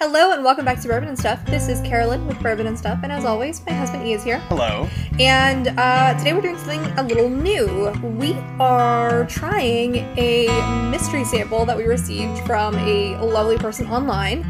Hello and welcome back to Bourbon and Stuff. This is Carolyn with Bourbon and Stuff, and as always, my husband E is here. Hello. And uh, today we're doing something a little new. We are trying a mystery sample that we received from a lovely person online.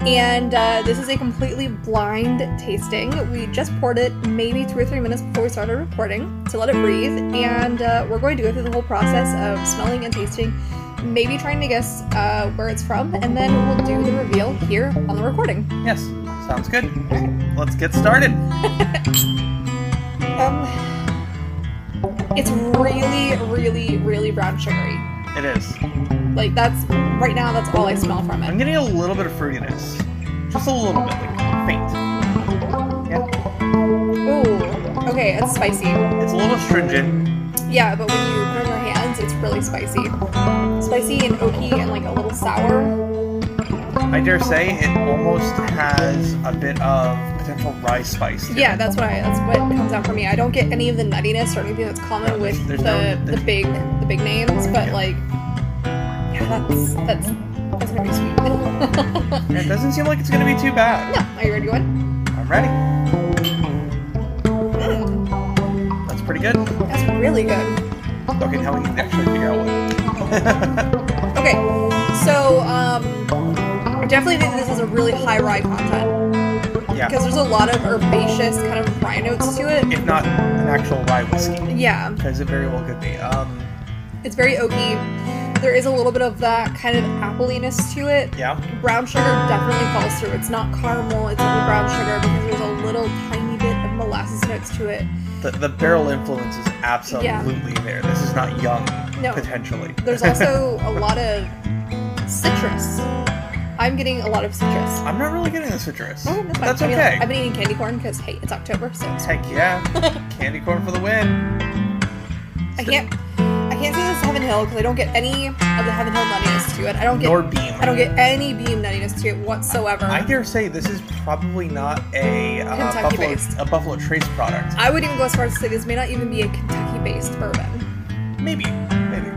And uh, this is a completely blind tasting. We just poured it maybe two or three minutes before we started recording to let it breathe. And uh, we're going to go through the whole process of smelling and tasting, maybe trying to guess uh, where it's from, and then we'll do the reveal here on the recording. Yes, sounds good. Let's get started. Um, it's really, really, really brown sugary. It is. Like that's right now. That's all I smell from I'm it. getting a little bit of fruitiness. Just a little bit, like faint. Yeah. Ooh. Okay, it's spicy. It's a little stringent. Yeah, but when you put it in your hands, it's really spicy. Spicy and oaky and like a little sour. I dare say it almost has a bit of potential rye spice. to it. Yeah, that's what I. That's what comes out for me. I don't get any of the nuttiness or anything that's common with There's the no- the big the big names, but like, yeah, that's that's that's gonna be sweet. And It doesn't seem like it's gonna be too bad. no, are you ready to go in? I'm ready. Mm, That's pretty good. that's really good. Okay, now we can actually figure out what. Okay, so um, I definitely think this is a really high rye content yeah. because there's a lot of herbaceous kind of rye notes to it. If not an actual rye whiskey, Yeah, because it very well could be. Um. it's very oaky. There is a little bit of that kind of appleiness to it. Yeah. Brown sugar definitely falls through. It's not caramel, it's only brown sugar because there's a little tiny bit of molasses notes to it. The, the barrel influence is absolutely there. This is not young, No. potentially. There's also a lot of citrus. I'm getting a lot of citrus. I'm not really getting the citrus. Oh, that's fine. That's I mean, okay. I've been eating candy corn because, hey, it's October, so it's Heck yeah. Candy corn for the win. I can't. I can't say this is Heaven Hill because I don't get any of the Heaven Hill nuttiness to it. I don't get. Nor beam. I don't get any beam nuttiness to it whatsoever. I I, dare say this is probably not a uh, Kentucky buffalo, based. a buffalo Trace product. would even go as far as to say this may not even be a Kentucky-based bourbon Maybe, maybe.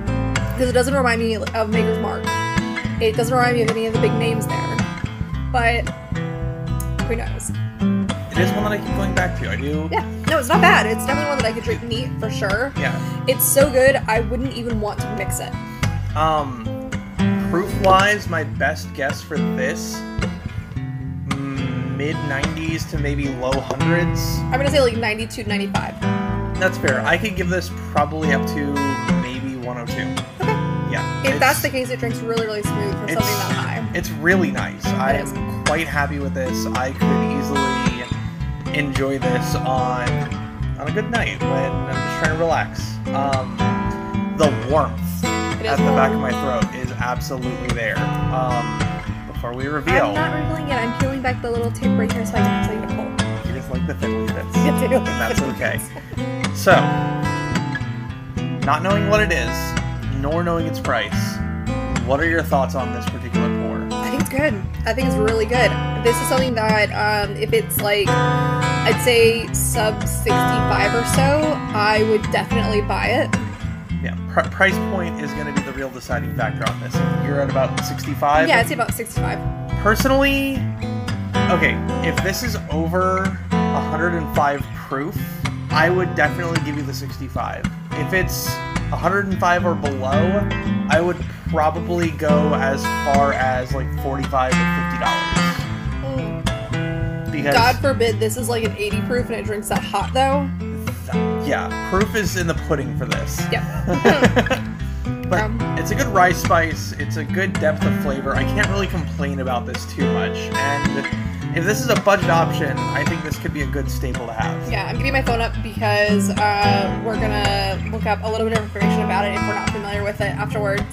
because it doesn't remind me of Maker's Mark. It doesn't remind me of any of the big names there. But who knows? It is one that I keep going back to. I do. Yeah. No, it's not bad. It's definitely one that I could drink neat for sure. Yeah. It's so good. I wouldn't even want to mix it. Um, proof wise, my best guess for this mid 90s to maybe low hundreds. I'm gonna say like 92 to 95. That's fair. I could give this probably up to maybe 102. Okay. Yeah. If that's the it's- case, it drinks really, really smooth for something it's- that high. It's really nice. I is. am quite happy with this. I could easily enjoy this on on a good night when I'm just trying to relax. Um, the warmth It is at the back of my throat is absolutely there. Um, before we I'm reveal, not revealing it. I'm peeling back the little tape right here so I can tell you to pull. you just like the fiddly bits. I do. And that's okay. So, not knowing what it is, nor knowing its price, what are your thoughts on this particular pour? I think it's good. I think it's really good. This is something that, um, if it's like, I'd say sub 65 or so, I would definitely buy it. Yeah, pr- price point is going to be the real deciding factor on this. If You're at about 65. yeah, I'd say about 65. Personally, okay, if this is over 105 proof, I would definitely give you the 65. If it's 105 or below, I would probably go as far as like 45 to 50 dollars. Mm. because God forbid this is like an 80 proof and it drinks that hot though. yeah, proof is in the pudding for this. Yeah. but Um. it's a good rice spice. It's a good depth of flavor. I can't really complain about this too much. And if this is a budget option, I think this could be a good staple to have. Yeah, I'm getting my phone up because uh, we're gonna look up a little bit of information about it if we're not familiar with it afterwards.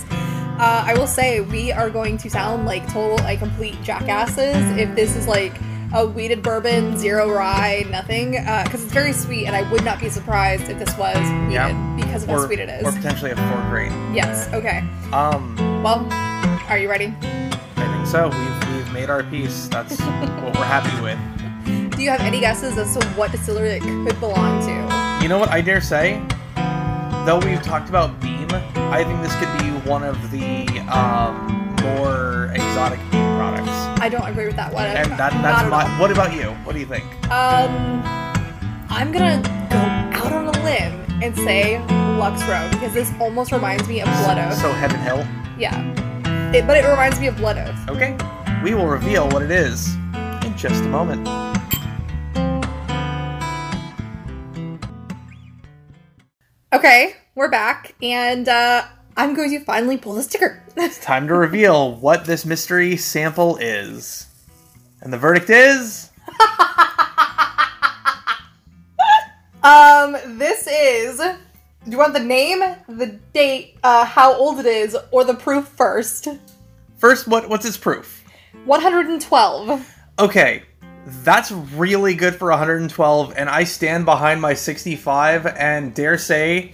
Uh, I will say we are going to sound like total, like complete jackasses if this is like a weeded bourbon, zero rye, nothing, because it's very sweet, and I would not be surprised if this was weeded Yeah. because of how Or, sweet it or is. potentially a four grain. yes. Okay. Um, Well, are you ready? I think so. We've, we've made our piece. That's what we're happy with. Do you have any guesses as to what distillery it could belong to? You know what I dare say? Though we've talked about Beam, I think this could be one of the um, more exotic Beam products. I don't agree with that one. And that, Not that's at my. all. What about you? What do you think? Um, I'm gonna go out on a limb and say Lux Row because this almost reminds me of Blood Oath. So Heaven Hill. yeah, it, but it reminds me of Blood Oath. Okay. We will reveal what it is in just a moment. Okay, we're back, and uh, I'm going to finally pull the sticker. Time to reveal what this mystery sample is. And the verdict is um, this is. Do you want the name, the date, uh, how old it is, or the proof first? first what what's its proof? 112. Okay. That's really good for 112 and I stand behind my 65 and dare say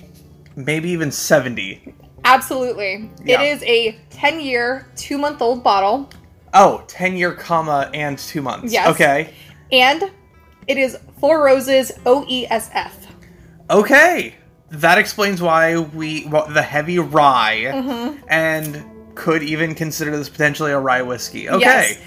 maybe even 70. Absolutely. Yeah. It is a 10 year, two month old bottle. Oh, 10 year comma and 2 months. Yes. Okay. And it is Four Roses E OESF. Okay. That explains why we well, the heavy rye Mm-hmm. and could even consider this potentially a rye whiskey. Okay. Yes.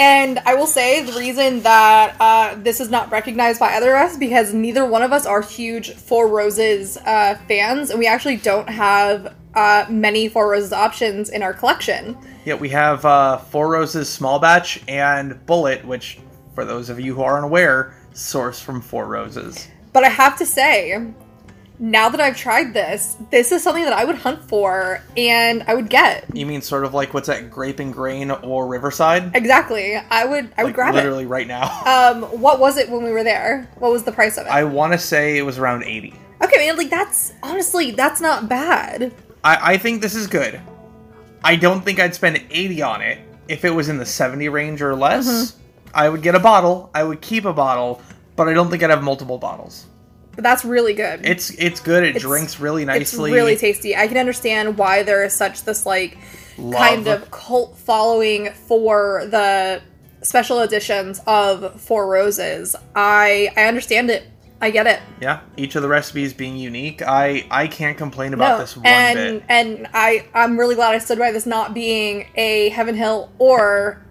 And I will say the reason that uh, this is not recognized by other of us because neither one of us are huge Four Roses uh, fans, and we actually don't have uh, many Four Roses options in our collection. Yeah, we have uh, Four Roses Small Batch and Bullet, which, for those of you who aren't aware, source from Four Roses. But I have to say, now that I've tried this, this is something that I would hunt for and I would get. You mean sort of like what's that, Grape and Grain or Riverside? Exactly. I would. I would like, grab literally right now. it. Um, what was it when we were there? What was the price of it? I want to say it was around 80. Okay, man, like that's honestly, that's not bad. I, I think this is good. I don't think I'd spend 80 on it. If it was in the 70 range or less, Mm-hmm. I would get a bottle. I would keep a bottle, but I don't think I'd have multiple bottles. But that's really good. It's it's good. It It's- drinks really It's nicely. really tasty. I can understand why there is such this like Love. kind of cult following for the special editions of Four Roses. I I understand it. I get it. Yeah, each of the recipes being unique. I I can't complain about this one and bit. and I I'm really glad I stood by this not being a Heaven Hill or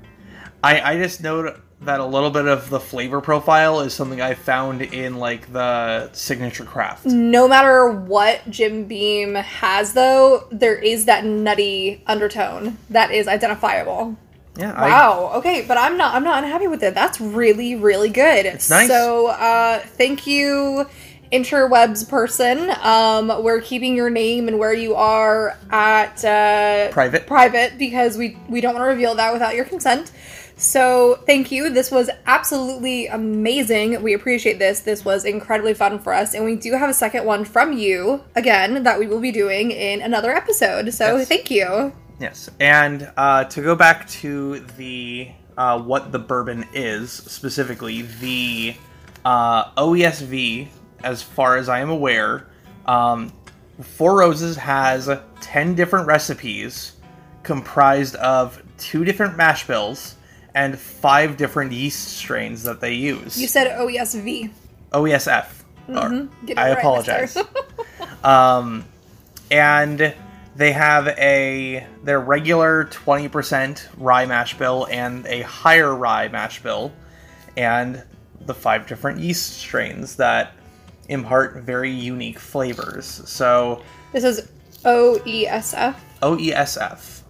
I I just note that a little bit of the flavor profile is something I found in like the signature craft. no matter what Jim Beam has though, there is that nutty undertone that is identifiable. Yeah, I, Wow. okay, but I'm not. I'm not unhappy with it. That's really, really good. It's nice. So, uh, thank you, interwebs person. Um, we're keeping your name and where you are at uh, Private. private because we we don't want to reveal that without your consent. So, thank you. This was absolutely amazing. We appreciate this. This was incredibly fun for us, and we do have a second one from you again that we will be doing in another episode. So, Yes. thank you. Yes, and uh, to go back to the uh, what the bourbon is specifically, the uh, OESV, as far as I am aware, um, Four Roses has ten different recipes, comprised of two different mash bills and five different yeast strains that they use. E You said OESV. OESF. Get it I right, apologize. mister. um, and they have a their regular 20% rye mash bill and a higher rye mash bill and the five different yeast strains that impart very unique flavors so This is E OESF. oesf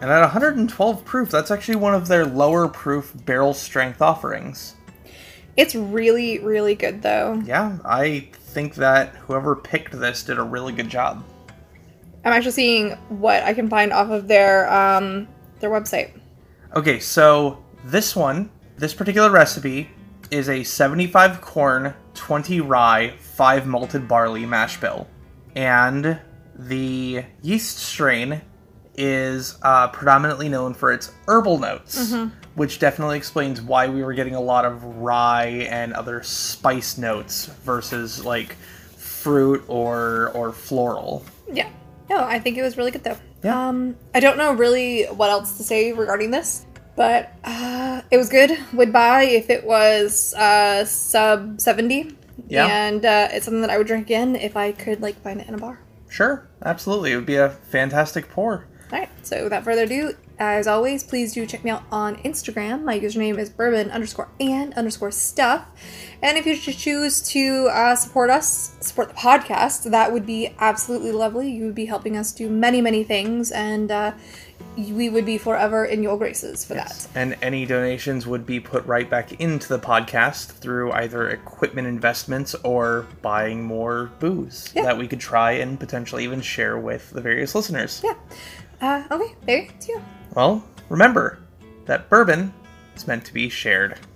and at 112 proof that's actually one of their lower proof barrel strength offerings It's really, really good though. yeah i think that whoever picked this did a really good job I'm actually seeing what I can find off of their um their website. Okay, so this one, this particular recipe is a 75 corn, 20 rye, 5 malted barley mash bill. And the yeast strain is uh, predominantly known for its herbal notes, which definitely explains why we were getting a lot of rye and other spice notes versus like fruit or or floral. Yeah. No, I think it was really good though. Yeah. Um I don't know really what else to say regarding this, but uh it was good. Would buy if it was uh sub 70. Yeah. And uh, it's something that I would drink again if I could like find it in a bar. Sure, absolutely. It would be a fantastic pour. All right. So without further ado, As always, please do check me out on Instagram. My username is bourbon underscore and underscore stuff. And if you should choose to uh, support us, support the podcast, that would be absolutely lovely. You would be helping us do many, many things, and uh, we would be forever in your graces for that. And any donations would be put right back into the podcast through either equipment investments or buying more booze Yeah. that we could try and potentially even share with the various listeners. Yeah. Uh, okay, there you go. Well, remember that bourbon is meant to be shared.